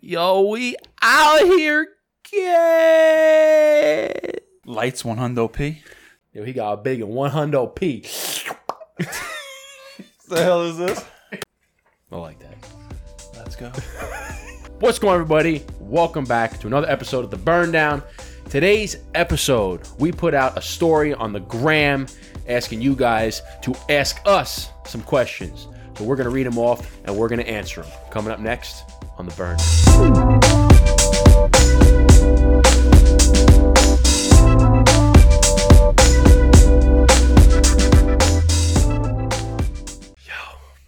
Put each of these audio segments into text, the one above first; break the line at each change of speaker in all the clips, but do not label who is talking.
Yo, we out here gay.
Lights one hundo p.
Yo, he got a big and one hundo p.
What the hell is this?
I like that.
Let's go.
What's going on, everybody? Welcome back to another episode of The Burn Down. Today's episode, we put out a story on the gram asking you guys to ask us some questions. So we're going to read them off and we're going to answer them. Coming up next on The Burn.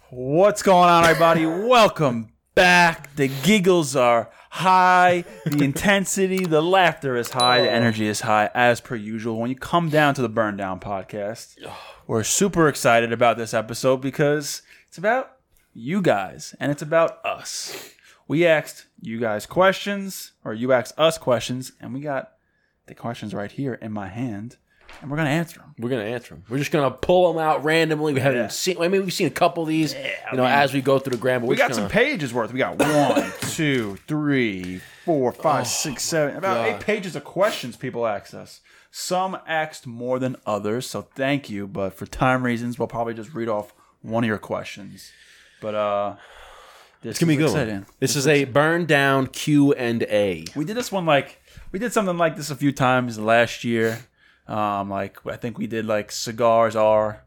What's going on, everybody? Welcome back. The giggles are high, the intensity, the laughter is high, the energy is high, as per usual. When you come down to the Burn Down podcast, we're super excited about this episode because it's about you guys and it's about us. We asked you guys questions, or you asked us questions, and we got the questions right here in my hand, and we're going to answer them.
We're gonna answer them. We're just gonna pull them out randomly. We haven't
Yeah.
seen. I mean, we've seen a couple of these, you know, as we go through the grand. But
We got some pages worth. We got one, two, three, four,
Oh
five, six, seven, about eight pages of questions people asked us. Some asked more than others, so thank you. But for time reasons, we'll probably just read off one of your questions. But uh, this
It's gonna be
is
good.
exciting.
This is a burn down Q and A.
We did this one like we did something like this a few times last year. Um, like I think we did like cigars are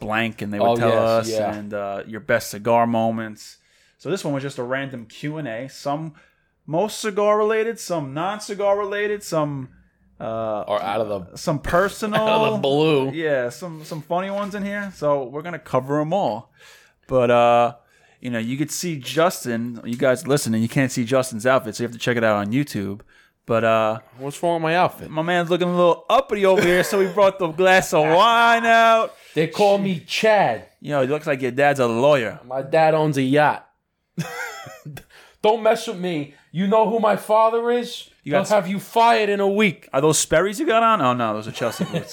blank, and they would
Oh,
tell
yes,
us
yeah.
and uh, your best cigar moments. So this one was just a random Q and A. Some most cigar related, some non cigar related, some uh,
Or out of the
some personal,
out of the blue.
yeah, some some funny ones in here. So we're gonna cover them all. But uh, you know, you could see Justin. You guys listening, you can't see Justin's outfit, so you have to check it out on YouTube. But uh,
What's wrong with my outfit?
my man's looking a little uppity over here, so we brought the glass of wine out.
They call me Chad.
You know, it looks like your dad's a lawyer.
My dad owns a yacht. Don't mess with me. You know who my father is. You
got
I'll have you fired in a week.
Are those Sperry's you got on? Oh no, those are Chelsea boots.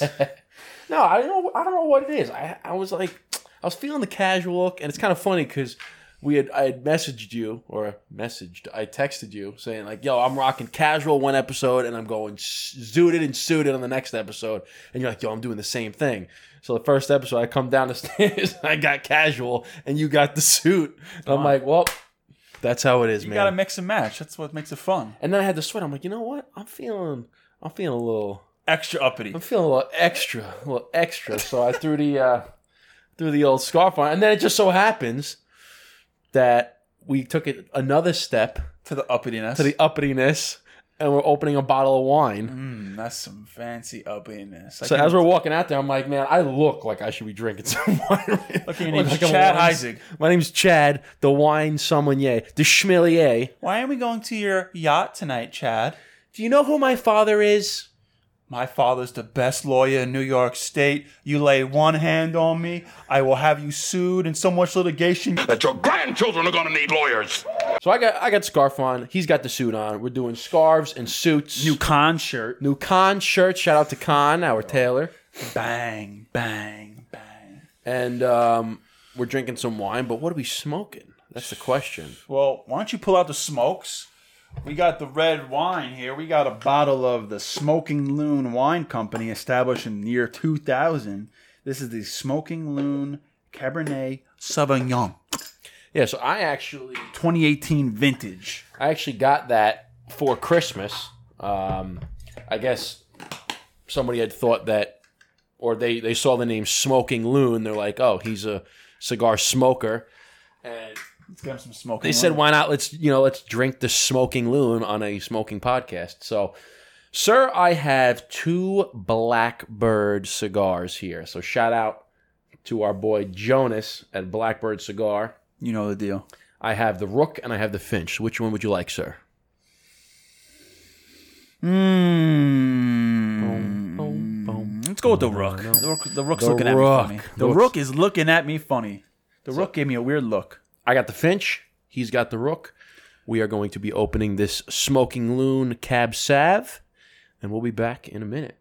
No, I don't know. I don't know what it is. I I was like, I was feeling the casual look, and it's kind of funny because we had I had messaged you or messaged I texted you saying like, "Yo, I'm rocking casual one episode, and I'm going s- zooted and suited on the next episode," and you're like, "Yo, I'm doing the same thing." So the first episode, I come down the stairs, and I got casual, and you got the suit. And I'm like, "Well, that's how it is,
you
man."
gotta mix and match. That's what makes it fun.
and then I had the sweat. I'm like, you know what? I'm feeling. I'm feeling a little.
Extra uppity.
I'm feeling a little extra, a little extra. So I threw the uh, threw the old scarf on, and then it just so happens that we took it another step
To the uppityness.
to the uppityness, and we're opening a bottle of wine.
Mm, that's some fancy uppiness. I
So
can't-
as we're walking out there, I'm like, man, I look like I should be drinking some wine.
Look at your
Look
name,
like I'm
Chad
a wine-
Isaac.
My name's Chad, the wine sommelier, the schmillier.
Why aren't we going to your yacht tonight, Chad?
Do you know who my father is?
My father's the best lawyer in New York State. You lay one hand on me, I will have you sued in so much litigation.
that your grandchildren are going to need lawyers.
So I got I got scarf on. He's got the suit on. We're doing scarves and suits.
con shirt.
New Khan shirt. Shout out to Khan, our tailor.
Bang, bang, bang.
And um, we're drinking some wine, but what are we smoking? That's the question.
Well, why don't you pull out the smokes? We got the red wine here. We got a bottle of the Smoking Loon Wine Company, established in the year 2000. This is the Smoking Loon Cabernet Sauvignon
Yeah, so I actually
2018 vintage.
I actually got that for Christmas. Um, I guess somebody had thought that or they, they saw the name Smoking Loon, they're like, Oh, he's a cigar smoker. And
Let's get him some smoking.
they said, "Why not? Let's you know, let's drink the smoking loon on a smoking podcast." So, sir, I have two Blackbird cigars here. So, shout out to our boy Jonas at Blackbird Cigar.
You know the deal.
I have the Rook and I have the Finch. Which one would you like, sir?
Mm. Let's go with the rook. The rook the rook's
The
looking
rook.
at me funny. The
Rook's-
rook is looking at me funny. The rook gave me a weird look.
I got the Finch. He's got the Rook. We are going to be opening this smoking loon cab sav, and we'll be back in a minute.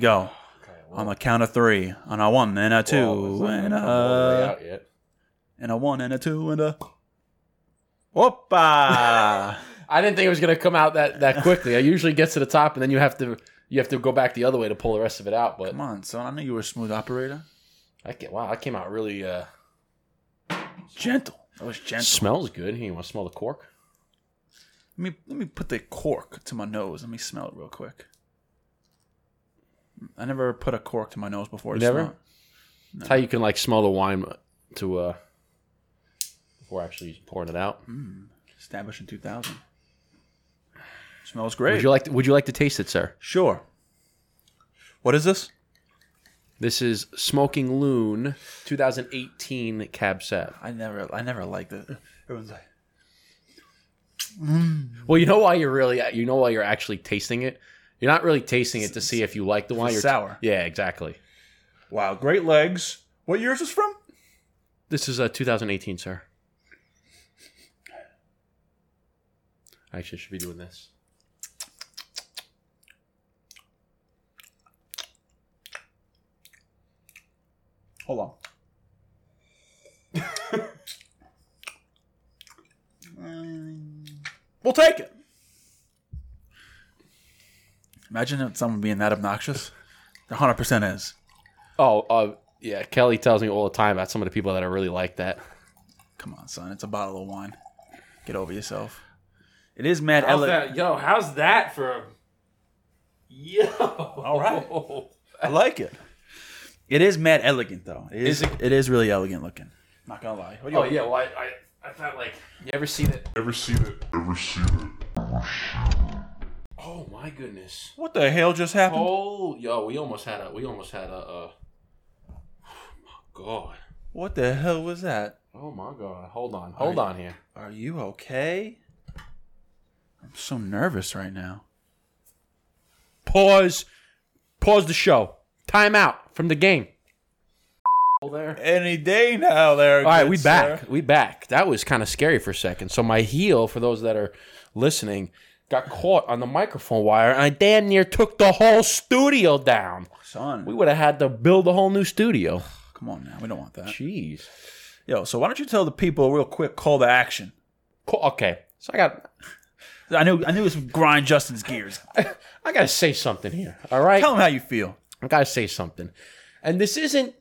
go. On the count of three, on a one and a two
Well, it's
and
not all the way
a Uh,
out yet.
and a one and a two and a. Whoopa!
I didn't think it was going to come out that that quickly. I usually get to the top, and then you have to you have to go back the other way to pull the rest of it out. But
Come on, son. I knew you were a smooth operator.
I get wow, I came out really. uh
Gentle. That was gentle.
Smells good. You want to smell the cork?
Let me let me put the cork to my nose. Let me smell it real quick. I never put a cork to my nose before. I
Never?
smell it.
It's how you can like smell the wine to uh before actually pouring it out.
Established in 2000. Smells great.
Would you like? Would you like to taste it, sir?
sure. What is this?
This is Smoking Loon 2018 Cab Sav.
I never I never liked it. Everyone's like,
Well, you know why you're really you know why you're actually tasting it. You're not really tasting it to see if you like the wine.
it's
You're
sour.
yeah, exactly.
wow, great legs. What year is this from?
This is uh, 2018, sir. I actually should be doing this.
Hold on. we'll take it. Imagine if someone being that obnoxious. 100% is.
Oh, uh, yeah. Kelly tells me all the time about some of the people that I really like that.
Come on, son. It's a bottle of wine. Get over yourself. It is mad.
How's
Ele-
that? Yo, how's that for? Yo. All
right.
Oh,
right.
I like it. It is mad elegant, though. It is,
Is it-
it is really elegant looking. Not gonna lie. What do you
Oh yeah. Well, I, I, I thought like
You ever seen it?
Ever seen it? Ever seen it?
Oh my goodness.
What the hell just happened?
Oh, yo, we almost had a we almost had a. Uh, oh my god.
What the hell was that?
Oh my god. Hold on. Hold on here.
Are you okay? I'm so nervous right now.
Pause. Pause the show. Time out from the game. There.
Any day now, there.
All right, we back. We back. That was kind of scary for a second. So my heel, for those that are listening, got caught on the microphone wire, and I damn near took the whole studio down.
Son,
We would have had to build a whole new studio.
come on now. We don't want that.
Jeez.
Yo, so why don't you tell the people real quick? Call to action.
Cool. Okay. So I got
I knew. I knew this would grind Justin's gears.
I gotta say something here. All right.
Tell him how you feel.
I gotta say something. And this isn't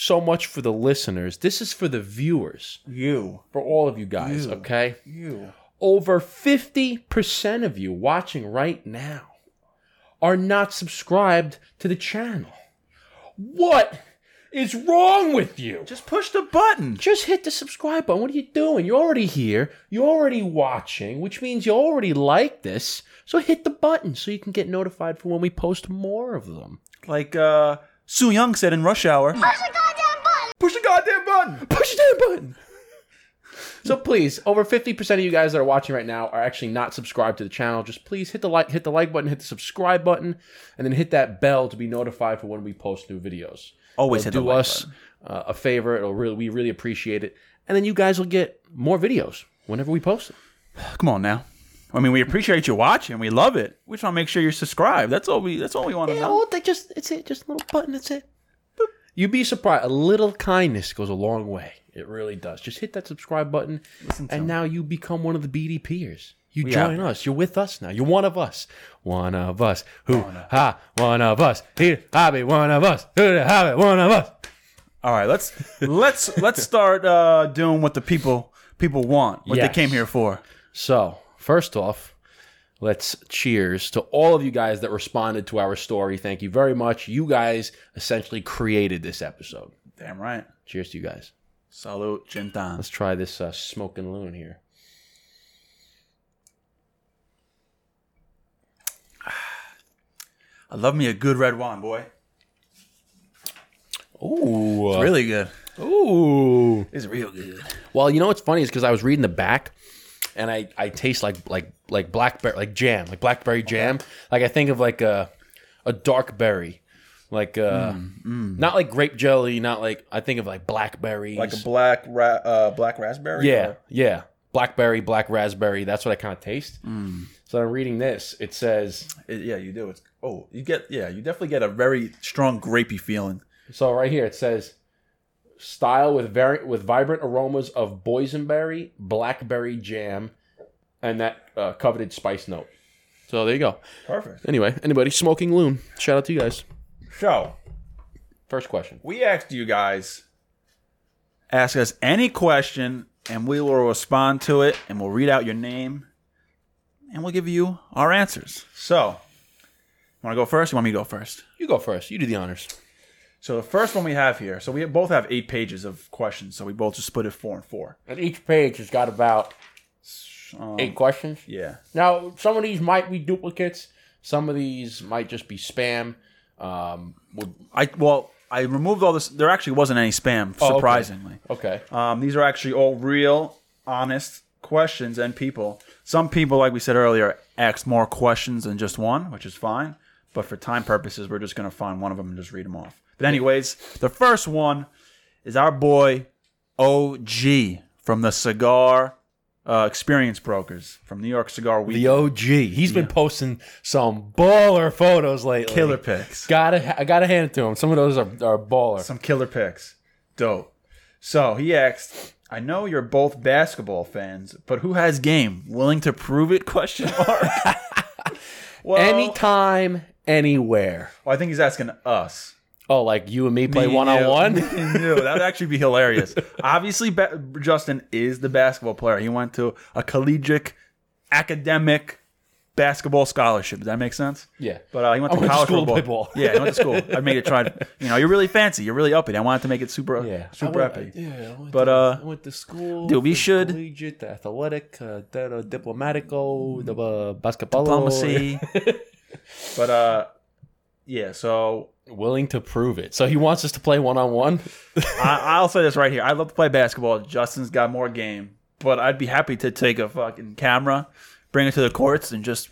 so much for the listeners, this is for the viewers,
You.
for all of you guys,
Ew.
okay?
You.
Over 50% of you watching right now are not subscribed to the channel. What is wrong with you?
Just push the button.
Just hit the subscribe button. What are you doing? You're already here. You're already watching, which means you already like this. So hit the button so you can get notified for when we post more of them.
Like uh, Sue Young said in Rush Hour. Push the goddamn button.
push that button. So please, over fifty percent of you guys that are watching right now are actually not subscribed to the channel. Just please hit the like, hit the like button, hit the subscribe button, and then hit that bell to be notified for when we post new videos. It'll
Always hit the
do
like
us uh, a favor. It'll really, we really appreciate it, and then you guys will get more videos whenever we post them.
Come on now. I mean, we appreciate you watching. We love it. We just want to make sure you're subscribed. That's all we. That's all we want to
Yeah,
know.
well, they just it's it, just a little button. That's it. Boop. You'd be surprised. A little kindness goes a long way. It really does. Just hit that subscribe button, and now you become one of the BDPers. You
out
join us. You're with us now. You're one of us. One of us. Who ha? One of us. He hobby. One of us. Who the hobby? One of us.
All right, let's let's let's start uh, doing what the people people want. What they
Yes.
came here for.
So first off, let's cheers to all of you guys that responded to our story. Thank you very much. You guys essentially created this episode.
Damn right.
Cheers to you guys.
Salute, Chintan.
Let's try this uh, smoking loon here.
I love me a good red wine, boy.
Ooh, uh,
Really good.
ooh.
It's real good.
Well, you know what's funny is because I was reading the back, and I I taste like like like blackberry like jam like blackberry jam. Like I think of like a a dark berry, like uh, not like grape jelly, not like I think of like blackberries,
black ra- uh, black raspberry.
yeah yeah blackberry, black raspberry. That's what I kind of taste. So I'm reading this. It says
It- yeah, you do. It's oh, you get yeah, you definitely get a very strong grapey feeling.
so right here. It says style with vari- with vibrant aromas of boysenberry, blackberry jam, and that uh, coveted spice note. So there you go.
Perfect.
Anyway, anybody smoking loon? Shout out to you guys.
So
First question.
we asked you guys, ask us any question, and we will respond to it, and we'll read out your name, and we'll give you our answers. So, want to go first? You want me to go first?
You go first. You do the honors.
So the first one we have here. So we both have eight pages of questions. So we both just split it four and four.
And each page has got about
Um,
eight questions.
Yeah.
Now, some of these might be duplicates. Some of these might just be spam. Um, would,
I well, I removed all this. There actually wasn't any spam,
okay.
surprisingly.
okay.
Um, these are actually all real, honest questions and people. Some people, like we said earlier, ask more questions than just one, which is fine. But for time purposes, we're just going to find one of them and just read them off. But, anyways, the first one is our boy OG from the Cigar uh, Experience Brokers from New York Cigar Week.
The OG. He's been posting some baller photos lately.
Killer picks.
Gotta, I gotta hand it to him. Some of those are, are baller.
Some killer picks. Dope. So he asked, I know you're both basketball fans, but who has game? Willing to prove it? Question mark. well,
Anytime, anywhere.
well, I think he's asking us.
Oh, like you and me play
Me and
one on
you.
one.
Me and you. That would actually be hilarious. Obviously, ba- Justin is the basketball player. He went to a collegiate, academic basketball scholarship. Does that make sense?
Yeah.
But uh, he went
I
to
went to
college
school to
football.
play ball.
Yeah, he went to school. I made it try. You know, you're really fancy. You're really uppity. I wanted to make it super,
Yeah.
super
I went-
uppity.
yeah, I went
But,
to,
uh,
I went to school.
dude, we
for
should-
collegiate, the athletic, uh, the, uh, diplomatico, the uh, basketball,
Mm. diplomacy. but uh, yeah. So
Willing to prove it. So he wants us to play one on one.
I, I'll say this right here. I love to play basketball. Justin's got more game, but I'd be happy to take a fucking camera, bring it to the courts, and just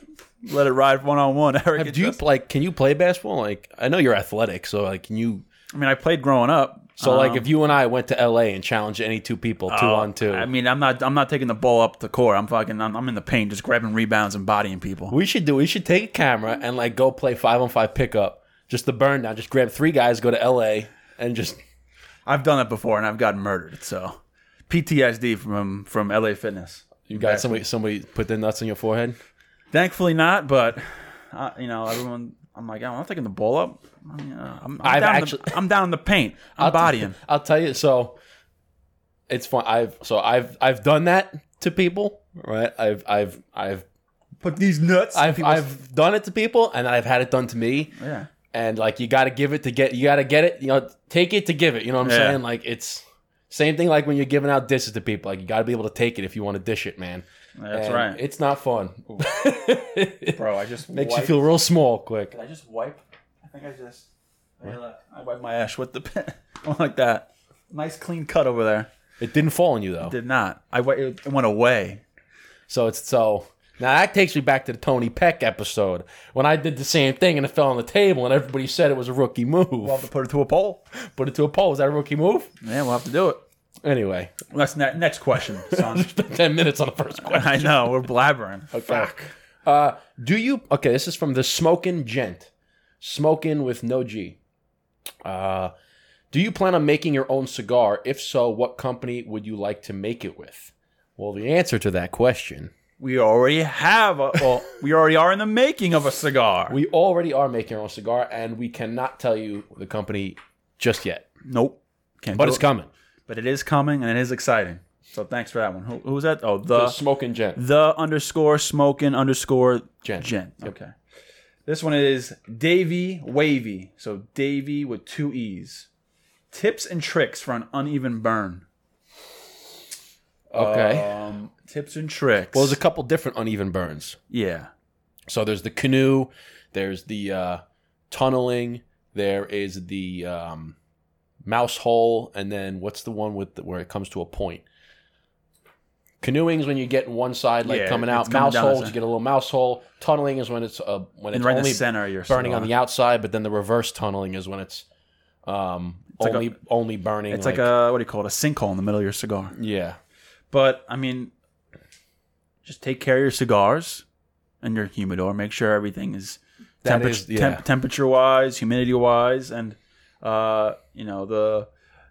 let it ride one on one. Eric,
Have-
and
do you
Justin.
like? Can you play basketball? Like, I know you're athletic, so like, can you?
I mean, I played growing up.
So
Um, uh,
like, if you and I went to L.A. and challenged any two people two on two,
I mean, I'm not. I'm not taking the ball up the court. I'm fucking. I'm, I'm in the paint, just grabbing rebounds and bodying people.
we should do. We should take a camera and like go play five on five pickup, just the burn down. Just grab three guys, go to L.A. and just
I've done it before, and I've gotten murdered. So PTSD from from LA Fitness.
you got somebody somebody put their nuts on your forehead.
Thankfully not, but uh, you know, everyone. I'm like, I'm not taking the ball up. I mean, uh, I'm, I'm
I've
down
actually-
in the, I'm down in the paint. I'm bodying.
I'll tell you. So it's fun. I've so I've I've done that to people. Right. I've I've I've
Put these nuts.
I've I've done it to people, and I've had it done to me.
yeah.
and like you got to give it to get you got to get it you know take it to give it you know what i'm
Yeah.
saying like it's same thing like when you're giving out dishes to people like you got to be able to take it if you want to dish it man
That's
And
right,
it's not fun it
bro. I just
makes you feel real small quick
Did I just wipe? I think I just. I wiped my ass with the pen. like that. Nice clean cut over there.
it didn't fall on you though
Did not. I wi- it went away.
so it's so now that takes me back to the tony peck episode when i did the same thing and it fell on the table and everybody said it was a rookie move
We'll have to put it to a poll.
put it to a pole is that a rookie move
Yeah, we'll have to do it.
anyway
That's ne- next question, son.
10 minutes on the first question
I know we're blabbering.
Fuck. Uh, do you? Okay, this is from the Smokin' Gent. Smokin' with no G. Uh, do you plan on making your own cigar? If so, what company would you like to make it with? Well, the answer to that question,
We already have. A, well, we already are in the making of a cigar.
we already are making our own cigar, and we cannot tell you the company just yet,
Nope. Can't
but
do
it's
it.
coming.
But it is coming and it is exciting. So thanks for that one. Who, who was that? Oh,
The
the
Smokin' Gent.
the underscore smoking underscore
Gent.
Jen. Okay. This one is Davy Wavy. So Davy with two E's. Tips and tricks for an uneven burn.
Okay.
Um, tips and tricks.
well, there's a couple different uneven burns.
yeah.
So there's the canoe, there's the uh, tunneling, there is the um, mouse hole, and then what's the one with the, where it comes to a point? Canoeing is when you get in one side, like
Yeah,
coming
it's
out.
coming
mouse
down the
holes,
side.
you get a little mouse hole. Tunneling is when it's uh, when
And
it's
right in
only
the center of your
burning on the
cigar.
outside, but then the reverse tunneling is when it's um,
like
only
a-
only burning.
It's like, a what do you call it? A sinkhole in the middle of your cigar.
yeah.
But I mean, just take care of your cigars and your humidor. Make sure everything is,
That
temper-
is- yeah.
temp- temperature wise, humidity wise, and uh, you know the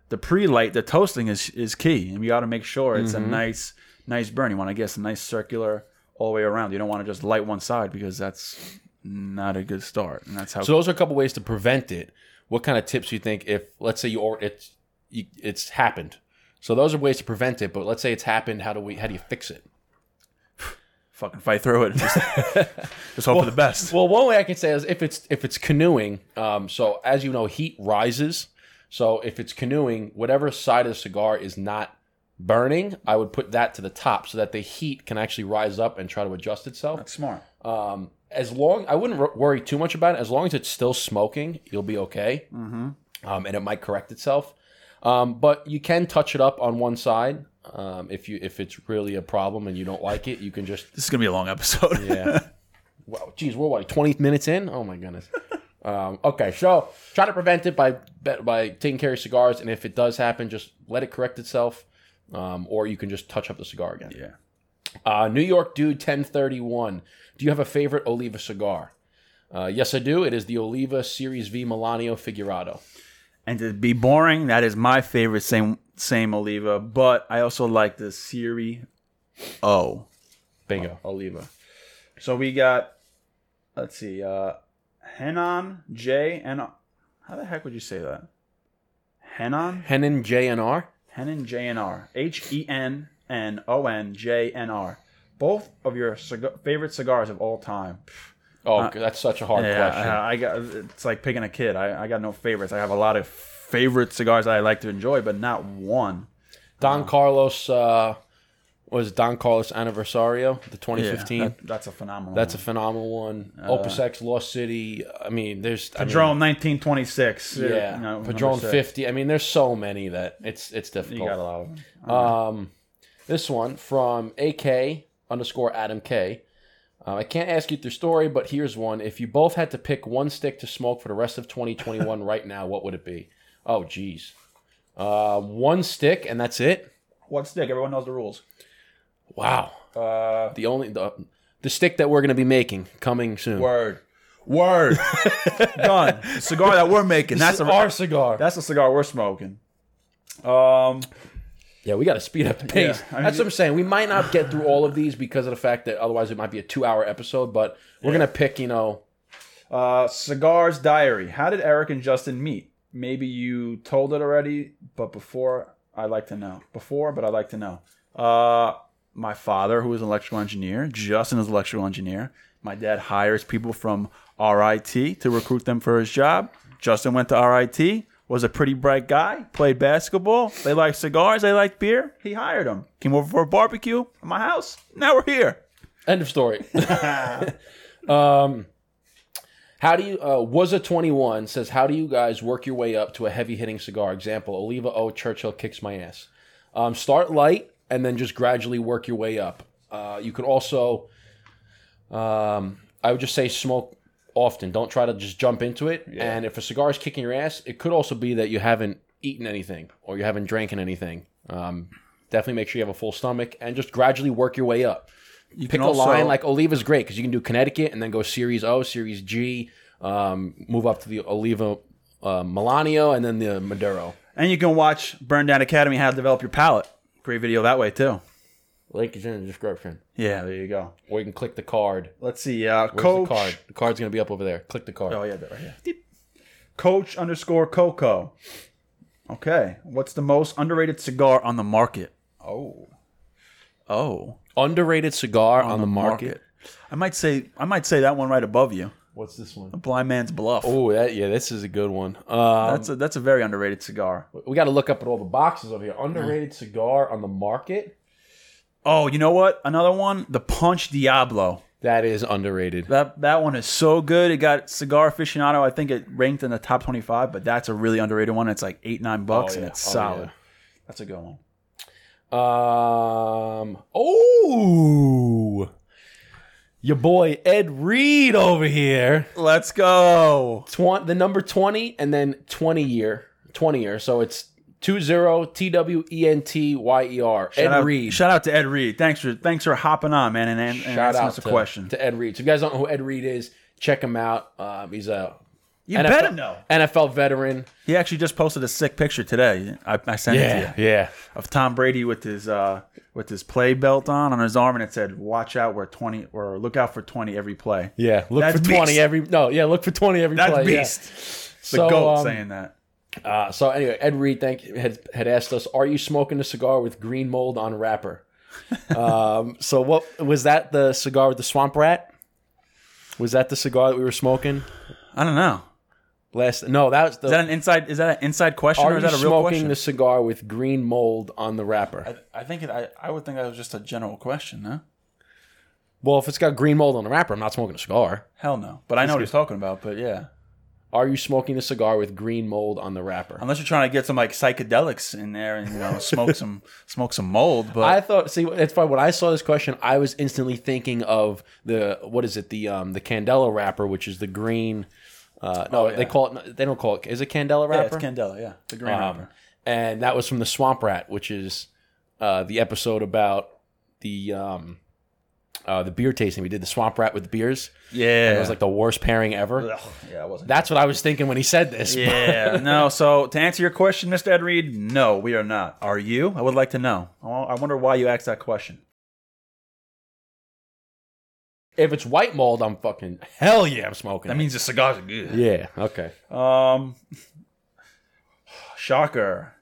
the pre light, the toasting is is key, and you got to make sure it's
Mm-hmm.
a nice nice burn. You want to guess a nice circular all the way around. You don't want to just light one side because that's not a good start, and that's how.
So those are a couple ways to prevent it. What kind of tips do you think if let's say you or it's you, it's happened? So those are ways to prevent it, but let's say it's happened. How do we? How do you fix it?
fucking fight through it. and Just, just hope for the best.
Well, one way I can say is if it's if it's canoeing. Um, so as you know, heat rises. So if it's canoeing, whatever side of the cigar is not burning, I would put that to the top so that the heat can actually rise up and try to adjust itself.
smart.
Um, as long I wouldn't wor- worry too much about it. As long as it's still smoking, you'll be okay, um, and it might correct itself. Um, but you can touch it up on one side um, if you if it's really a problem and you don't like it. You can just
This is gonna be a long episode.
yeah. wow, geez, we're like twenty minutes in. Oh my goodness. Um, okay, so try to prevent it by by taking care of your cigars, and if it does happen, just let it correct itself, um, or you can just touch up the cigar again.
yeah.
Uh, New York Dude 1031. Do you have a favorite Oliva cigar? Uh, yes, I do. It is the Oliva Series V Milanio Figurado.
And to be boring, that is my favorite same same Oliva, but I also like the Siri O
Bingo.
Oliva. So we got let's see, uh Henan J and how the heck would you say that? Henan?
Henan JNR.
Henan J N R. H E N N O N J N R. Both of your cigar- favorite cigars of all time.
Oh, that's such a hard
Uh, Yeah,
question.
I, I got. It's like picking a kid. I, I got no favorites. I have a lot of favorite cigars that I like to enjoy, but not one.
Don Carlos uh, was Don Carlos Anniversario, the 2015.
That- that's a phenomenal.
that's a
one.
phenomenal one. Opus X, Lost City. I mean, there's I mean,
Padron 1926.
yeah,
you know, number
Padron
six.
50. I mean, there's so many that it's it's
You
difficult.
got a lot of them.
Um, this one from AK underscore Adam K. Uh, I can't ask you your story, but here's one. If you both had to pick one stick to smoke for the rest of 2021 right now, what would it be? Oh, geez. Uh, one stick and that's it?
What stick? Everyone knows the rules.
Wow.
Uh,
The only the, the stick that we're going to be making coming soon.
word, word, done. The cigar that we're making. That's
That's
a
our cigar.
that's the cigar we're smoking. Um,
yeah, we got to speed up the pace.
I mean-
that's what I'm saying. We might not get through all of these because of the fact that otherwise it might be a two hour episode, but we're going to pick, you know,
Uh, Cigars Diary. How did Eric and Justin meet? Maybe you told it already, but before, I'd like to know. Before, but I'd like to know. Uh, my father, who is an electrical engineer, Justin is an electrical engineer. My dad hires people from RIT to recruit them for his job. Justin went to RIT, was a pretty bright guy, played basketball. They liked cigars, they liked beer. He hired him. Came over for a barbecue at my house. Now we're here.
End of story. um, how do you uh, was a twenty one says how do you guys work your way up to a heavy hitting cigar? Example: Oliva O Churchill kicks my ass. Um, start light and then just gradually work your way up. Uh, you could also, um, I would just say smoke often. Don't try to just jump into it. And if a cigar is kicking your ass, it could also be that you haven't eaten anything or you haven't drank anything. Um, definitely make sure you have a full stomach and just gradually work your way up
You
pick a line like Oliva's great because you can do Connecticut and then go Series O, Series G, um, move up to the Oliva uh, Milanio, and then the Maduro.
And you can watch Burn Down Academy How to Develop Your Palate. Great video that way too.
Link is in the description,
Yeah, there you go.
or you can click the card.
Let's see. Uh,
Where's the
coach.
card? The card's gonna be up over there. Click the card.
Oh yeah, that right here. Deep. Coach underscore Coco. Okay, what's the most underrated cigar on the market? Oh, oh,
Underrated cigar on, the market.
I might say I might say that one right above you.
What's this one?
Blind Man's Bluff.
Oh, that yeah, this is a good one. Um,
that's a that's a very underrated cigar.
we got to look up at all the boxes over here. Underrated cigar on the market.
Oh, you know what? Another one, the Punch Diablo.
That is underrated.
That that one is so good. It got Cigar Aficionado. I think it ranked in the top twenty five, but that's a really underrated one. It's like eight nine bucks,
Oh,
and
yeah.
it's
Oh,
solid. That's a good one.
Um. Oh, your boy Ed Reed over here.
Let's go.
Tw- the number twenty, and then twenty year, twenty year. So it's Two zero T W E N T Y E R. Ed
Shout out,
Reed.
Shout out to Ed Reed. Thanks for thanks for hopping on, man, and, and, and
Shout
asking
out
us a
to,
question.
to Ed Reed. So if you guys don't know who Ed Reed is, check him out. Um, he's a
you
NFL,
better know.
NFL veteran.
He actually just posted a sick picture today. I, I sent it to you
yeah.
of Tom Brady with his uh, with his play belt on on his arm, and it said "Watch out, we're twenty or look out for twenty every play."
Yeah, look
That's
for twenty
beast.
every no. Yeah, look for twenty every
That's
play. yeah.
beast. The
So,
goat
um,
saying that.
Uh, so anyway, Ed Reed thank had had asked us, "Are you smoking a cigar with green mold on wrapper?" um, so what was that? The cigar with the swamp rat? Was that the cigar that we were smoking
I don't know.
last? No, that was the.
Is that an inside? Is that an inside question, or
are
is
you
that a real
smoking
question?
the cigar with green mold on the wrapper?
I, I think it, I I would think that was just a general question, huh?
Well, if it's got green mold on the wrapper, I'm not smoking a cigar.
Hell no. But I know what he's talking about. But yeah,
Are you smoking a cigar with green mold on the wrapper?
unless you're trying to get some like psychedelics in there and you know smoke some smoke some mold, but.
I thought. See, it's funny. When I saw this question, I was instantly thinking of the what is it? The um the Candela wrapper, which is the green. Uh, no,
Oh, yeah.
they call it. They don't call it. Is it Candela
yeah,
wrapper?
it's Candela, yeah. The green
Um,
wrapper.
and that was from the Swamp Rat, which is uh, the episode about the um uh, the beer tasting. We did the Swamp Rat with beers.
Yeah.
It was like the worst pairing ever.
Ugh, yeah, I wasn't.
That's what I was thinking when he said this.
yeah, no. So to answer your question, Mr. Ed Reed, no, we are not. Are you? I would like to know. I wa- I wonder why you asked that question.
If it's white mold, I'm fucking hell yeah, I'm smoking.
That means the cigars are good.
yeah. Okay.
Um, shocker,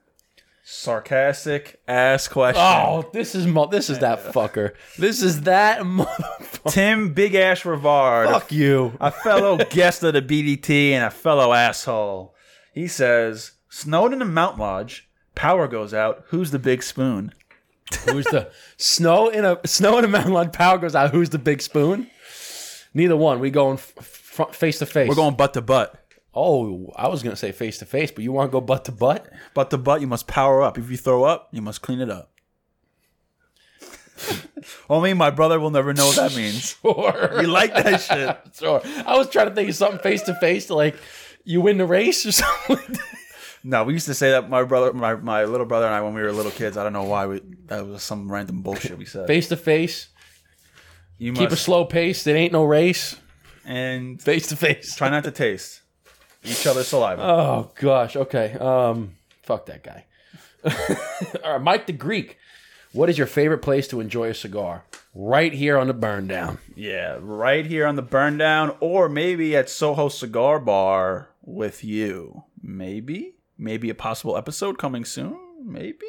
sarcastic ass question.
Oh, this is mo- this is that fucker. This is that motherfucker.
Tim Big Ash Rivard,
Fuck you.
a fellow guest of the BDT and a fellow asshole. He says, "Snowed in the Mount Lodge, power goes out. Who's the big spoon?"
Who's the snow in a snow in a mountain line? Power goes out. Who's the big spoon? Neither one. We going f- front, face to face.
We're going butt to butt.
Oh, I was gonna say face to face, but you want to go butt to butt?
Butt to butt, you must power up. If you throw up, you must clean it up. Only my brother will never know what that means. You
Or
like that shit?
sure. I was trying to think of something face to face, to like you win the race or something. like that.
No, we used to say that my brother, my, my little brother and I, when we were little kids. I don't know why we that was some random bullshit we said.
Face to face.
You
Keep a slow pace. It ain't no race.
and
Face to face.
try not to taste each other's saliva.
Oh gosh. Okay. Um. Fuck that guy. All right, Mike the Greek. What is your favorite place to enjoy a cigar? Right here on the burn down.
yeah, right here on the burn down, or maybe at Soho Cigar Bar with you. Maybe, maybe a possible episode coming soon. Maybe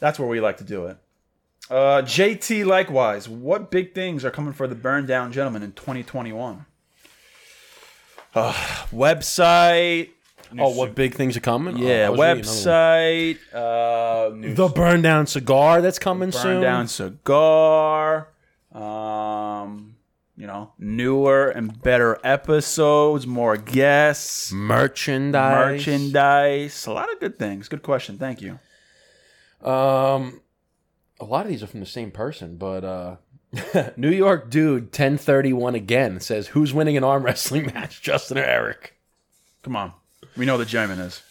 that's where we like to do it. Uh, JT, likewise. What big things are coming for the burn down, gentlemen, in 2021? Uh, website,
Oh, what big things are coming?
Yeah,
Oh, I was reading another
website, uh,
one.
new
The burn down cigar that's coming soon.
burn down cigar, um, you know, newer and better episodes, more guests,
merchandise.
merchandise, a lot of good things. Good question, thank you.
Um, a lot of these are from the same person, but uh, New York dude, ten thirty one again says, "Who's winning an arm wrestling match, Justin or Eric?"
Come on, we know the German is.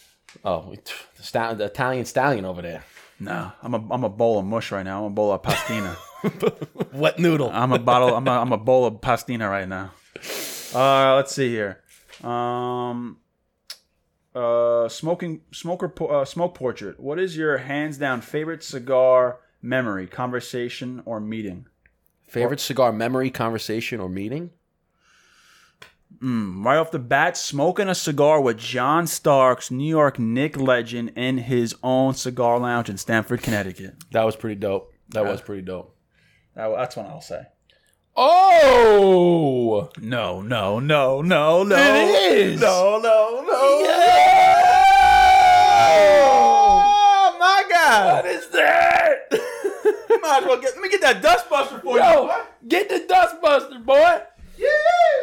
Oh, the, sta- the Italian stallion over there.
No, I'm a I'm a bowl of mush right now. I'm a bowl of pastina.
Wet noodle.
I'm a bottle. I'm a, I'm a bowl of pastina right now. Uh, let's see here. Um, uh, smoking smoker po- uh, smoke portrait. What is your hands down favorite cigar memory, conversation, or meeting?
Favorite cigar memory, conversation, or meeting?
Mm, right off the bat, smoking a cigar with John Starks, New York Nick legend, in his own cigar lounge in Stamford, Connecticut.
That was pretty dope. That
Uh,
was pretty dope.
That- that's what I'll say.
Oh,
No, no, no, no, no.
It is.
No, no, no.
Oh,
my God.
is that?
Might as well get, let me get that dustbuster for
Yo, get the dustbuster, boy.
you.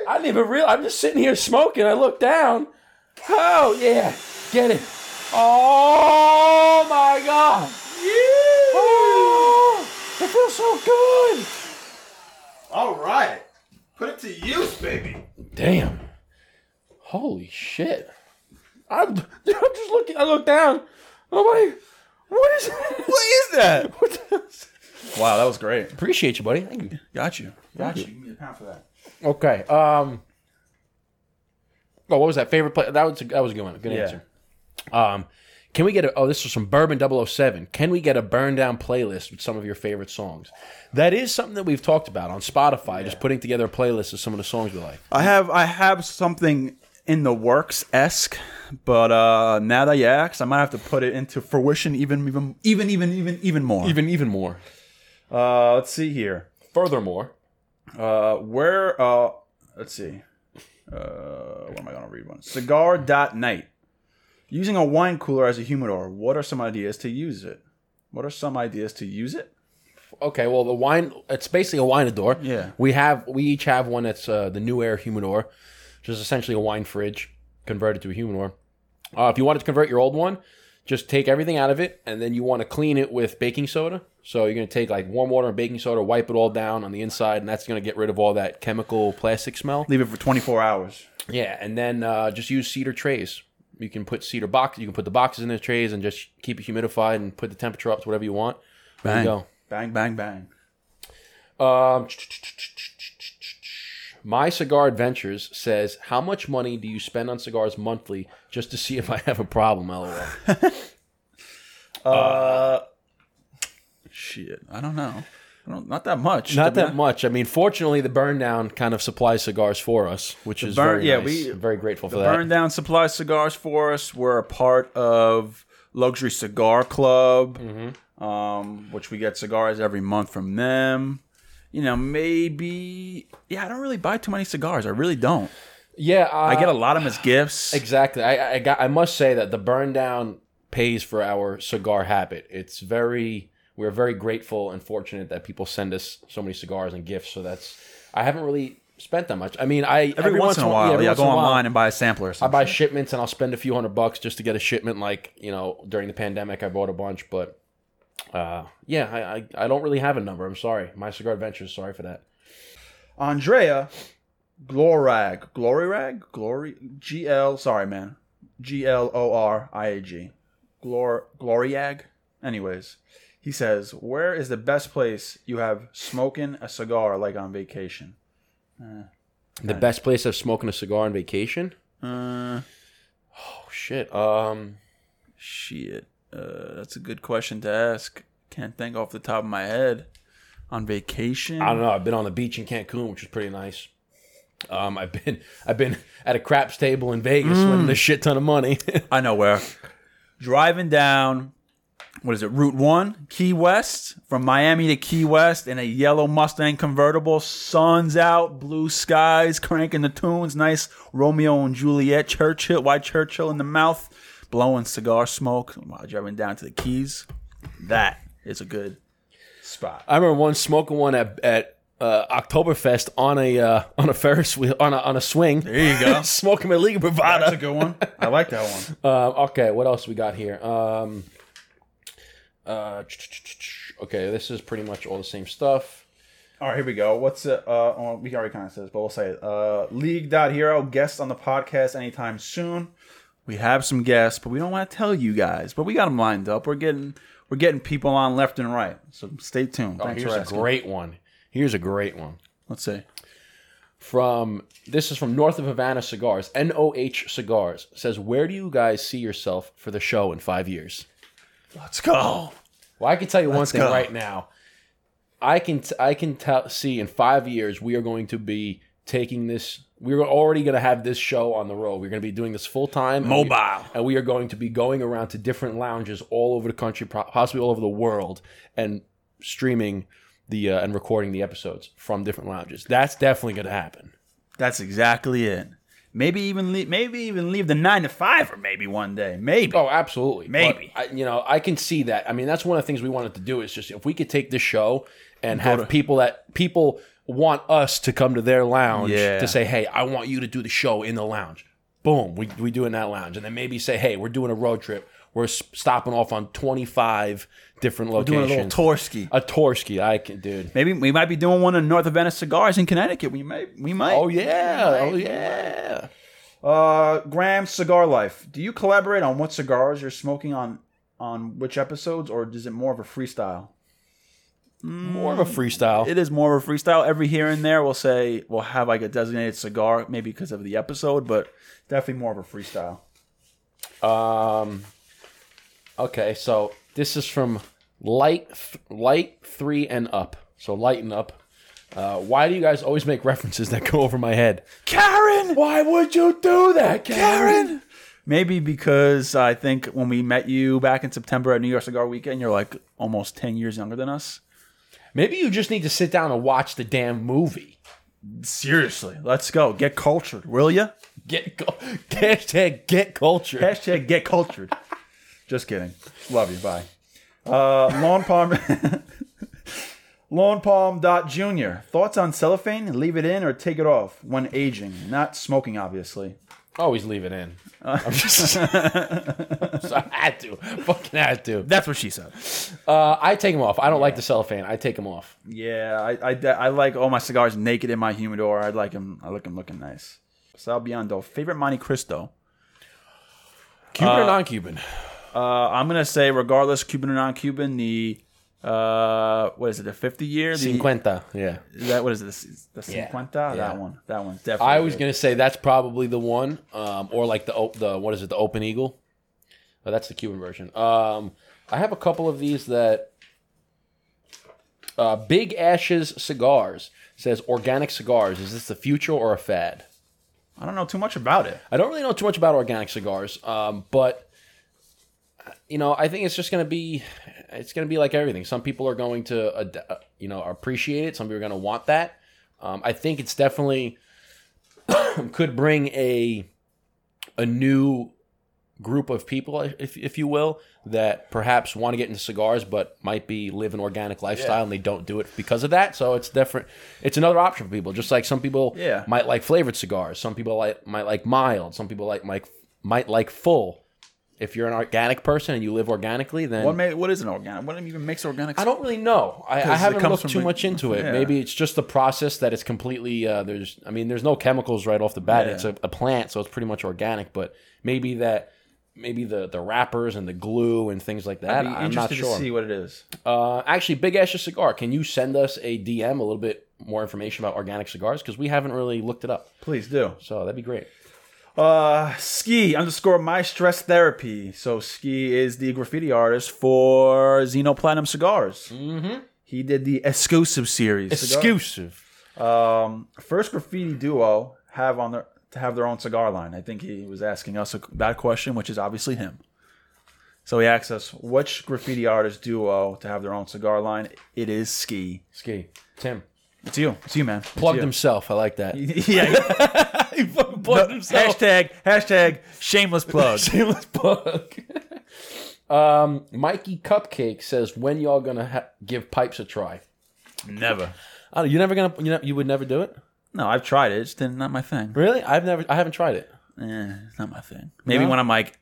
I didn't even realize. I'm just sitting here smoking. I look down. Oh, yeah. Get it. Oh, my God. Oh, it feels so good.
All right. Put it to use, baby.
Damn. Holy shit. I'm, I'm just looking. I look down. I'm like, what is
What is that?
what the-
Wow, that was great.
Appreciate you, buddy. Thank you.
Got you. Got you. Give me a pound for that.
Okay. Um. Oh, what was that favorite play? That was that was a good one. Good
Yeah.
answer. Um, can we get a? Oh, this is from Bourbon 007. Can we get a burn down playlist with some of your favorite songs? That is something that we've talked about on Spotify. Just putting together a playlist of some of the songs we like.
I have I have something in the works esque, but uh, now that you asked, I might have to put it into fruition even even even even even even more.
Even even more.
Uh, let's see here.
Furthermore,
Uh, where uh, let's see. Uh, what am I gonna read one? Cigar dot night. Using a wine cooler as a humidor. What are some ideas to use it? What are some ideas to use it?
okay. Well, the wine. It's basically a wine door.
Yeah.
We have we each have one that's uh, the New Air humidor, which is essentially a wine fridge converted to a humidor. Uh, if you wanted to convert your old one, just take everything out of it, and then you want to clean it with baking soda. So you're going to take like warm water and baking soda, wipe it all down on the inside, and that's going to get rid of all that chemical plastic smell.
Leave it for 24 hours.
Yeah, and then uh, just use cedar trays. You can put cedar box. You can put the boxes in the trays and just keep it humidified and put the temperature up to whatever you want. There you go.
Bang, bang, bang.
Um, my cigar adventures says, "How much money do you spend on cigars monthly just to see if I have a problem?" LOL.
Uh, shit. I don't know. I don't, not that much.
Not
to be
that much. I mean, fortunately, the burn down kind of supplies cigars for us, which is
burn-
very
yeah,
nice.
we-
I'm very grateful for
The
that.
Burn Down Supply Cigars for us were a part of Luxury Cigar Club,
Mm-hmm.
um, which we get cigars every month from them. You know, maybe yeah. I don't really buy too many cigars. I really don't.
yeah, uh,
I get a lot of them as gifts.
exactly. I, I got. I must say that the burn down pays for our cigar habit. It's very. We're very grateful and fortunate that people send us so many cigars and gifts. So that's. I haven't really spent that much. I mean, I
every, once, in a while,
every
yeah, I
once
go
in a while.
online and buy a sampler. Or
I
something.
buy shipments and I'll spend a few hundred bucks just to get a shipment. Like you know, during the pandemic, I bought a bunch, but uh, yeah, I, I I don't really have a number. I'm sorry, my cigar adventures. Sorry for that.
Andrea Glorag, Glory Rag, Glory G L. Sorry, man. G L O R I A G, Glor Gloriag. Anyways, he says, "Where is the best place you have smoking a cigar like on vacation?"
The best place I've smoking a cigar on vacation.
Uh,
Oh shit. Um,
shit. Uh, that's a good question to ask. Can't think off the top of my head. On vacation,
I don't know. I've been on the beach in Cancun, which is pretty nice. Um, I've been I've been at a craps table in Vegas,
Mm.
winning a shit ton of money.
I know where. Driving down, what is it, Route 1, Key West, from Miami to Key West in a yellow Mustang convertible, sun's out, blue skies, cranking the tunes, nice Romeo and Juliet, Churchill, white Churchill in the mouth, blowing cigar smoke while driving down to the Keys. That is a good spot.
I remember one smoking one at at uh, Oktoberfest on a uh, on a Ferris wheel on a on a swing.
There you go.
smoking my Liga Bravada.
That's a good one. I like that one.
Um, okay, what else we got here? Um, uh, okay, this is pretty much all the same stuff.
All right, here we go. What's it? Uh, oh, we already kind of said this, but we'll say it. Uh, League.hero, guest on the podcast anytime soon. We have some guests, but we don't want to tell you guys. But we got them lined up. We're getting we're getting people on left and right. So stay tuned. Thanks
Oh, Here's
for
a
asking.
great one. Here's a great one.
Let's see.
From this is from North of Havana Cigars, NOH Cigars says, Where do you guys see yourself for the show in five years?
Let's go.
Well, I can tell you one thing
go.
right now. I can t- I can tell see in five years we are going to be taking this. We're already going to have this show on the road. We're going to be doing this full time, and we-
Mobile.
and we are going to be going around to different lounges all over the country, pro- possibly all over the world, and streaming the uh, and recording the episodes from different lounges. That's definitely going to happen.
That's exactly it. Maybe even leave, maybe even leave the nine to five or maybe one day. Maybe.
Oh, absolutely. But
Maybe.
I, you know, I can see that. I mean, that's one of the things we wanted to do is just if we could take this show and have people that people want us to come to their lounge
Yeah.
to say, hey, I want you to do the show in the lounge. Boom, we, we do it in that lounge. And then maybe say, hey, we're doing a road trip. We're s- stopping off on 25 different
Doing a
locations.
little Torski.
A Torski, I can, dude.
Maybe we might be doing one in North of Venice Cigars in Connecticut. We might. We might.
Oh, yeah. Oh, yeah.
Uh, Graham Cigar Life. Do you collaborate on what cigars you're smoking on on which episodes, or is it more of a freestyle?
More of a freestyle.
It is more of a freestyle. Every here and there, we'll say we'll have like a designated cigar, maybe because of the episode, but definitely more of a freestyle.
Um, okay, so this is from light, th- light three and up. So lighten up. Uh, why do you guys always make references that go over my head?
Karen,
Why would you do that, Karen?
Maybe because I think when we met you back in September at New York Cigar Weekend, you're like almost ten years younger than us.
Maybe you just need to sit down and watch the damn movie.
Seriously, let's go get cultured, will you?
Get cul- hashtag get culture.
Hashtag get cultured. Just kidding. Love you. Bye. Uh, Lawn Palm. Lawn Palm Dot Junior. Thoughts on cellophane? Leave it in or take it off when aging, not smoking, obviously.
Always leave it in.
Uh.
I'm just, So I had to, fucking had to.
That's what she said.
Uh, I take them off. I don't like the cellophane. I take them off.
Yeah, I, I, I like all my cigars naked in my humidor. I like them. I like them looking nice. Sal Biondo, favorite Monte Cristo.
Cuban or non-Cuban?
Uh, I'm gonna say, regardless, Cuban or non-Cuban, the uh, what is it? The 50 year? The,
Cinquenta. Yeah.
Is that what is this? The
Yeah.
cinquenta?
Yeah.
That one. That one's definitely.
I was
good.
gonna say that's probably the one, um, or like the op- the what is it, the Open Eagle? Oh, that's the Cuban version. Um, I have a couple of these that uh, Big Ashes Cigars says organic cigars. Is this the future or a fad?
I don't know too much about it.
I don't really know too much about organic cigars, um, but you know, I think it's just going to be it's going to be like everything. Some people are going to ad- uh, you know appreciate it. Some people are going to want that. Um, I think it's definitely could bring a a new group of people, if if you will, that perhaps want to get into cigars but might be live an organic lifestyle and they don't do it because of that. So it's different. It's another option for people. Just like some people
Yeah.
might like flavored cigars, some people like might like mild, some people like might might like full. If you're an organic person and you live organically, then
What ma- what is an organic? What even makes organic?
I don't really know. I, I
it
haven't
comes
looked
from
too
the-
much into it.
yeah.
Maybe it's just the process that it's completely. Uh, there's, I mean, there's no chemicals right off the bat.
Yeah.
It's a, a plant, so it's pretty much organic. But maybe that, maybe the the wrappers and the glue and things like that.
I'd be
I'm not
interested
sure.
to see what it is.
Uh, actually, Big Ashes Cigar, can you send us a DM a little bit more information about organic cigars because we haven't really looked it up.
Please do.
So that'd be great.
Uh, ski underscore my stress therapy. So ski is the graffiti artist for Xeno Platinum Cigars. Mm-hmm. He did the exclusive series.
Exclusive.
Um, first graffiti duo have on their to have their own cigar line. I think he was asking us a, that question, which is obviously him. So he asked us which graffiti artist duo to have their own cigar line. It is Ski.
Ski. Tim
It's you. It's you, man. It's
plugged
you.
himself. I like that.
yeah.
he fucking plugged
hashtag hashtag shameless plug.
Shameless plug. um, Mikey Cupcake says, "When y'all gonna ha- give pipes a try?
Never.
I don't, Oh, you're never gonna. You, know, you would never do it.
No, I've tried it. It's didn't- not my thing.
Really? I've never. I haven't tried it.
Eh, it's not my thing. Maybe
No?
when I'm like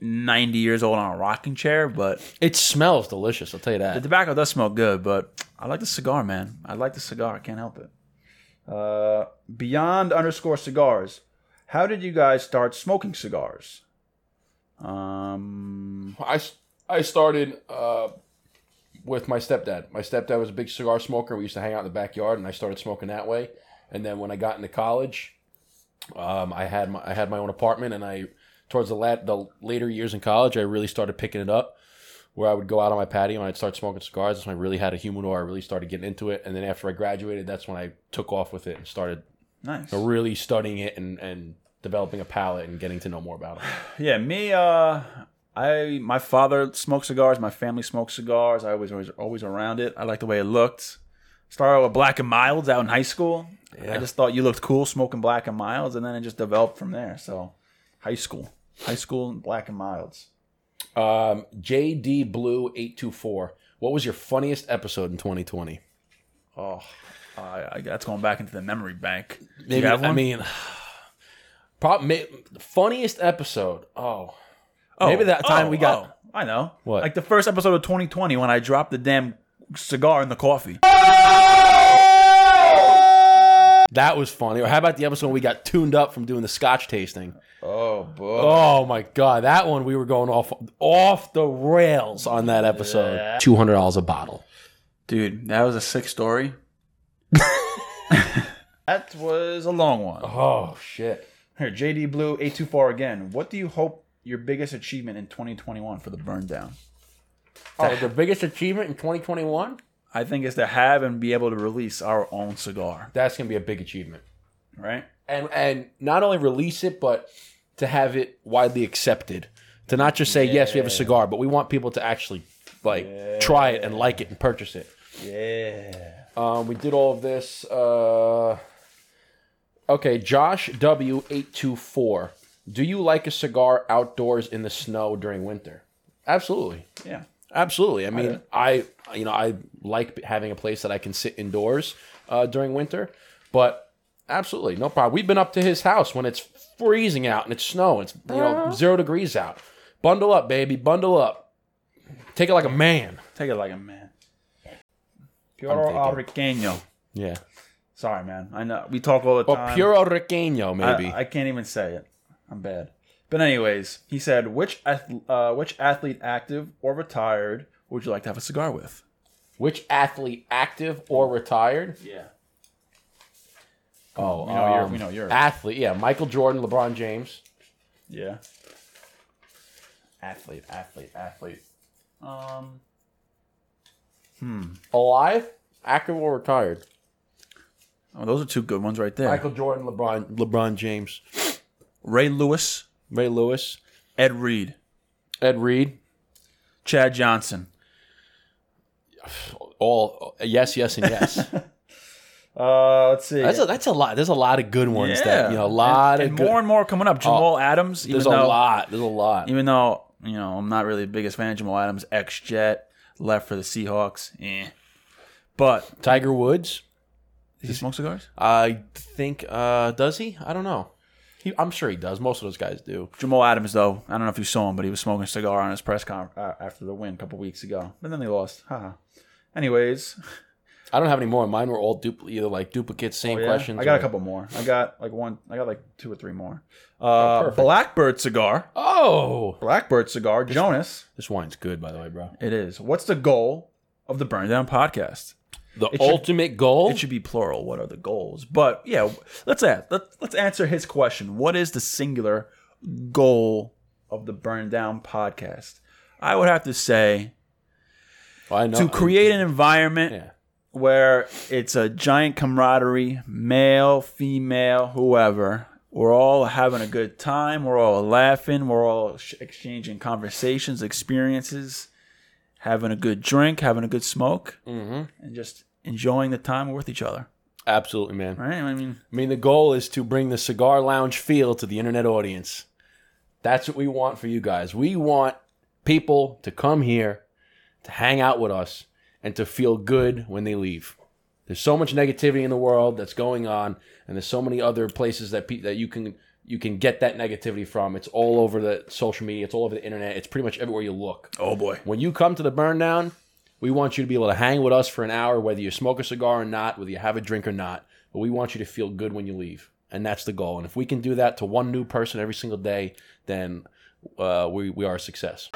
90 years old on a rocking chair, but
It smells delicious. I'll tell you
The
that.
tobacco does smell good, but I like the cigar, man. I like the cigar. I can't help it. Uh, beyond underscore cigars. How did you guys start smoking cigars? Um,
I s- I started uh, with my stepdad. My stepdad was a big cigar smoker. We used to hang out in the backyard, and I started smoking that way. And then when I got into college, um, I had my I had my own apartment, and I towards the lat the later years in college, I really started picking it up. Where I would go out on my patio and I'd start smoking cigars. That's when I really had a humidor. I really started getting into it. And then after I graduated, that's when I took off with it and started
nice.
really studying it and, and developing a palate and getting to know more about it.
Yeah, me. Uh, I my father smoked cigars. My family smoked cigars. I was always always around it. I liked the way it looked. Started with black and milds out in high school. I just thought you looked cool smoking black and milds, and then it just developed from there. So, high school, high school, and black and milds.
Um, JD Blue eight two four. What was your funniest episode in 2020?
Oh, I, I, that's going back into the memory bank. Do you
Maybe
have one?
I mean, prob- may- funniest episode. Oh,
Oh,
maybe that time
oh,
we got-
oh, I know.
What?
Like the first episode of 2020 when I dropped the damn cigar in the coffee.
oh. that was funny. Or how about the episode when we got tuned up from doing the Scotch tasting?
Oh, Oh boy.
Oh my god, that one we were going off off the rails on that episode. Two hundred dollars a bottle.
Dude, that was a sick story. that was a long one.
Oh shit.
Here, JD Blue 824 again. What do you hope your biggest achievement in 2021 for the burn down?
Oh, the biggest achievement in 2021.
I think is to have and be able to release our own cigar,
That's gonna be a big achievement,
right?
and and not only release it, but to have it widely accepted. To not just say yes, we have a cigar, but we want people to actually like try it and like it and purchase it.
Yeah.
Um, we did all of this. Uh, okay, Josh W eight two four. Do you like a cigar outdoors in the snow during winter? Absolutely,
Yeah.
absolutely. I mean, I you know I like having a place that I can sit indoors uh, during winter, but absolutely no problem. We've been up to his house when it's freezing out and it's snow. It's you
Uh-huh.
know zero degrees out. Bundle up, baby. Bundle up. Take it like a man.
Take it like a man.
I'm
Puro
taking-
Ariqueño.
Yeah.
Sorry, man. I know we talk all the
Or
time.
Puro Riqueño, maybe.
I, I can't even say it. I'm bad. But anyways, he said, which ath- uh, which athlete, active or retired, would you like to have a cigar with?
Which athlete, active or retired?
Yeah.
Oh,
We know you're.
um,
We know you're.
athlete. Yeah, Michael Jordan, LeBron James.
yeah. Athlete, athlete, athlete. Um,
Alive, active or retired?
oh, those are two good ones right there.
Michael Jordan, LeBron, LeBron James,
Ray Lewis,
Ray Lewis,
Ed Reed,
Ed Reed.
Chad Johnson.
All yes, yes, and yes.
Uh, let's see.
that's a, that's a lot. There's a lot of good ones. That you know, a lot
and,
of
and
good. Oh,
more and more coming up. Jamal Adams. Even
there's a
though,
lot. There's a lot.
Even though you know I'm not really the biggest fan of Jamal Adams, ex Jet, left for the Seahawks. Eh. But
Tiger Woods.
does he smoke cigars?
I think uh, does he? I don't know. He, I'm sure he does. Most of those guys do.
Jamal Adams, though, I don't know if you saw him, but he was smoking a cigar on his press conference uh, after the win a couple weeks ago. But then they lost. Haha. Anyways,
I don't have any more. Mine were all dupl- either like duplicates, same
Oh, yeah,
questions.
I got
or-
a couple more. I got like one. I got like two or three more. Uh,
Oh, perfect.
Blackbird cigar.
Oh,
Blackbird cigar. Jonas.
this wine's good, by the way, bro.
It is. What's the goal of the Burn Down podcast?
The
It should-
ultimate goal.
It should be plural. What are the goals? But yeah, let's ask, let, let's answer his question. What is the singular goal of the Burn Down podcast? I would have to say
I know.
to create an environment
Yeah.
where it's a giant camaraderie, male, female, whoever. We're all having a good time. We're all laughing. We're all sh- exchanging conversations, experiences, having a good drink, having a good smoke,
Mm-hmm.
and just enjoying the time with each other.
Absolutely, man.
Right? I mean,
I mean, the goal is to bring the cigar lounge feel to the internet audience. That's what we want for you guys. We want people to come here, to hang out with us, and to feel good when they leave. There's so much negativity in the world that's going on, and there's so many other places that pe- that you can you can get that negativity from. It's all over the social media. It's all over the internet. It's pretty much everywhere you look.
oh boy.
When you come to the burn down, we want you to be able to hang with us for an hour, whether you smoke a cigar or not, whether you have a drink or not. But we want you to feel good when you leave, and that's the goal. And if we can do that to one new person every single day, then uh, we we are a success.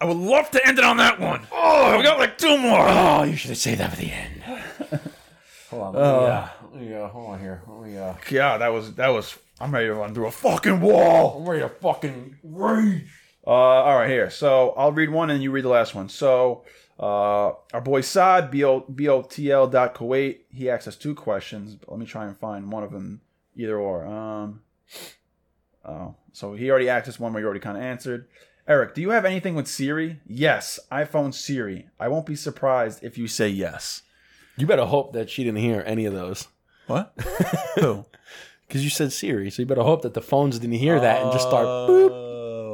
I would love to end it on that one. Oh, we got like two more.
Oh, you should say that at the end. hold on, yeah, yeah, hold on here. Oh yeah,
Oh, Yeah, that was that was. I'm ready to run through a fucking wall.
I'm ready to fucking rage.
Uh, all right, here. So I'll read one and you read the last one. So uh, our boy Saad, B-O- BOTL.Kuwait, he asked us two questions. But let me try and find one of them, either or. Um, oh, so he already asked us one where you already kind of answered. Eric, do you have anything with Siri? Yes, iPhone Siri. I won't be surprised if you say yes.
You better hope that she didn't hear any of those.
What? Who?
Because you said Siri, so you better hope that the phones didn't hear that and just start. Boop.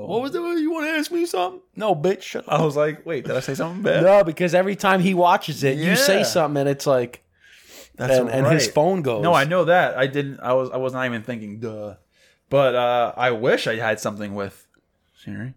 What
Boop.
was the? You want to ask me something? Uh, No, bitch. Shut
Oh. I was like, wait, did I say something bad?
No, because every time he watches it, you say
Yeah.
something, and it's like,
That's
and, and his
right.
phone goes.
No, I know that. I didn't. I was. I was not even thinking. Duh. But uh, I wish I had something with Siri.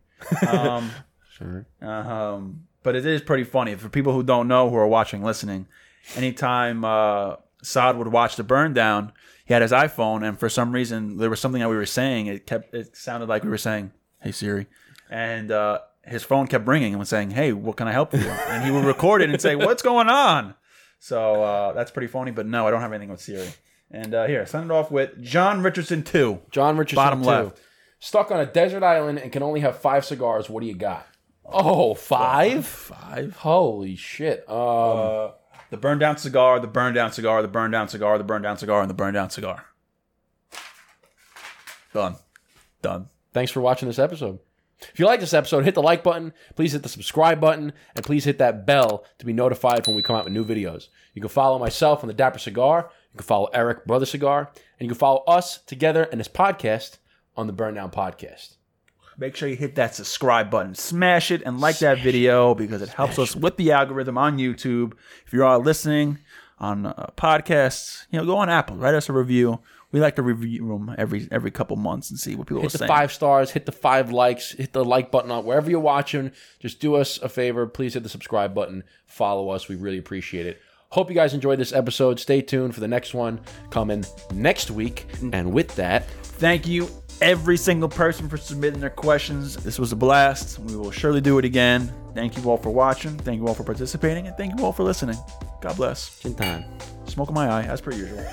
Um,
Sure.
um, but it is pretty funny for people who don't know who are watching, listening. Anytime uh, Saad would watch the burn down. He had his iPhone, and for some reason, there was something that we were saying. It kept. It sounded like we were saying, "Hey Siri," and uh, his phone kept ringing and was saying, "Hey, what can I help you?" with?" and he would record it and say, "What's going on?" So uh, that's pretty phony. But no, I don't have anything with Siri. And uh, here, send it off with John Richardson two.
John Richardson.
Bottom
too.
left.
Stuck on a desert island and can only have five cigars. What do you got? Oh, five? Five? Holy shit. Um,
The burn down cigar, the burn down cigar, the burn down cigar, the burn down cigar, and the burn down cigar. Done. Done.
thanks for watching this episode. If you like this episode, hit the like button. Please hit the subscribe button, and please hit that bell to be notified when we come out with new videos. You can follow myself on the Dapper Cigar. You can follow Eric Brother Cigar, and you can follow us together and this podcast on the Burn Down Podcast.
Make sure you hit that subscribe button, smash it, and like that video because it helps us with the algorithm on YouTube. If you are listening on uh, podcasts, you know, go on Apple, write us a review. We like to review them every every couple months and see what people
Hit
are
the
saying.
five stars, hit the five likes, hit the like button on wherever you're watching. Just do us a favor. Please hit the subscribe button. Follow us. We really appreciate it. Hope you guys enjoyed this episode. Stay tuned for the next one coming next week. And with that,
Thank you, every single person, for submitting their questions. This was a blast. We will surely do it again. Thank you all for watching. Thank you all for participating. And thank you all for listening. God bless.
in time.
Smoke in my eye, as per usual.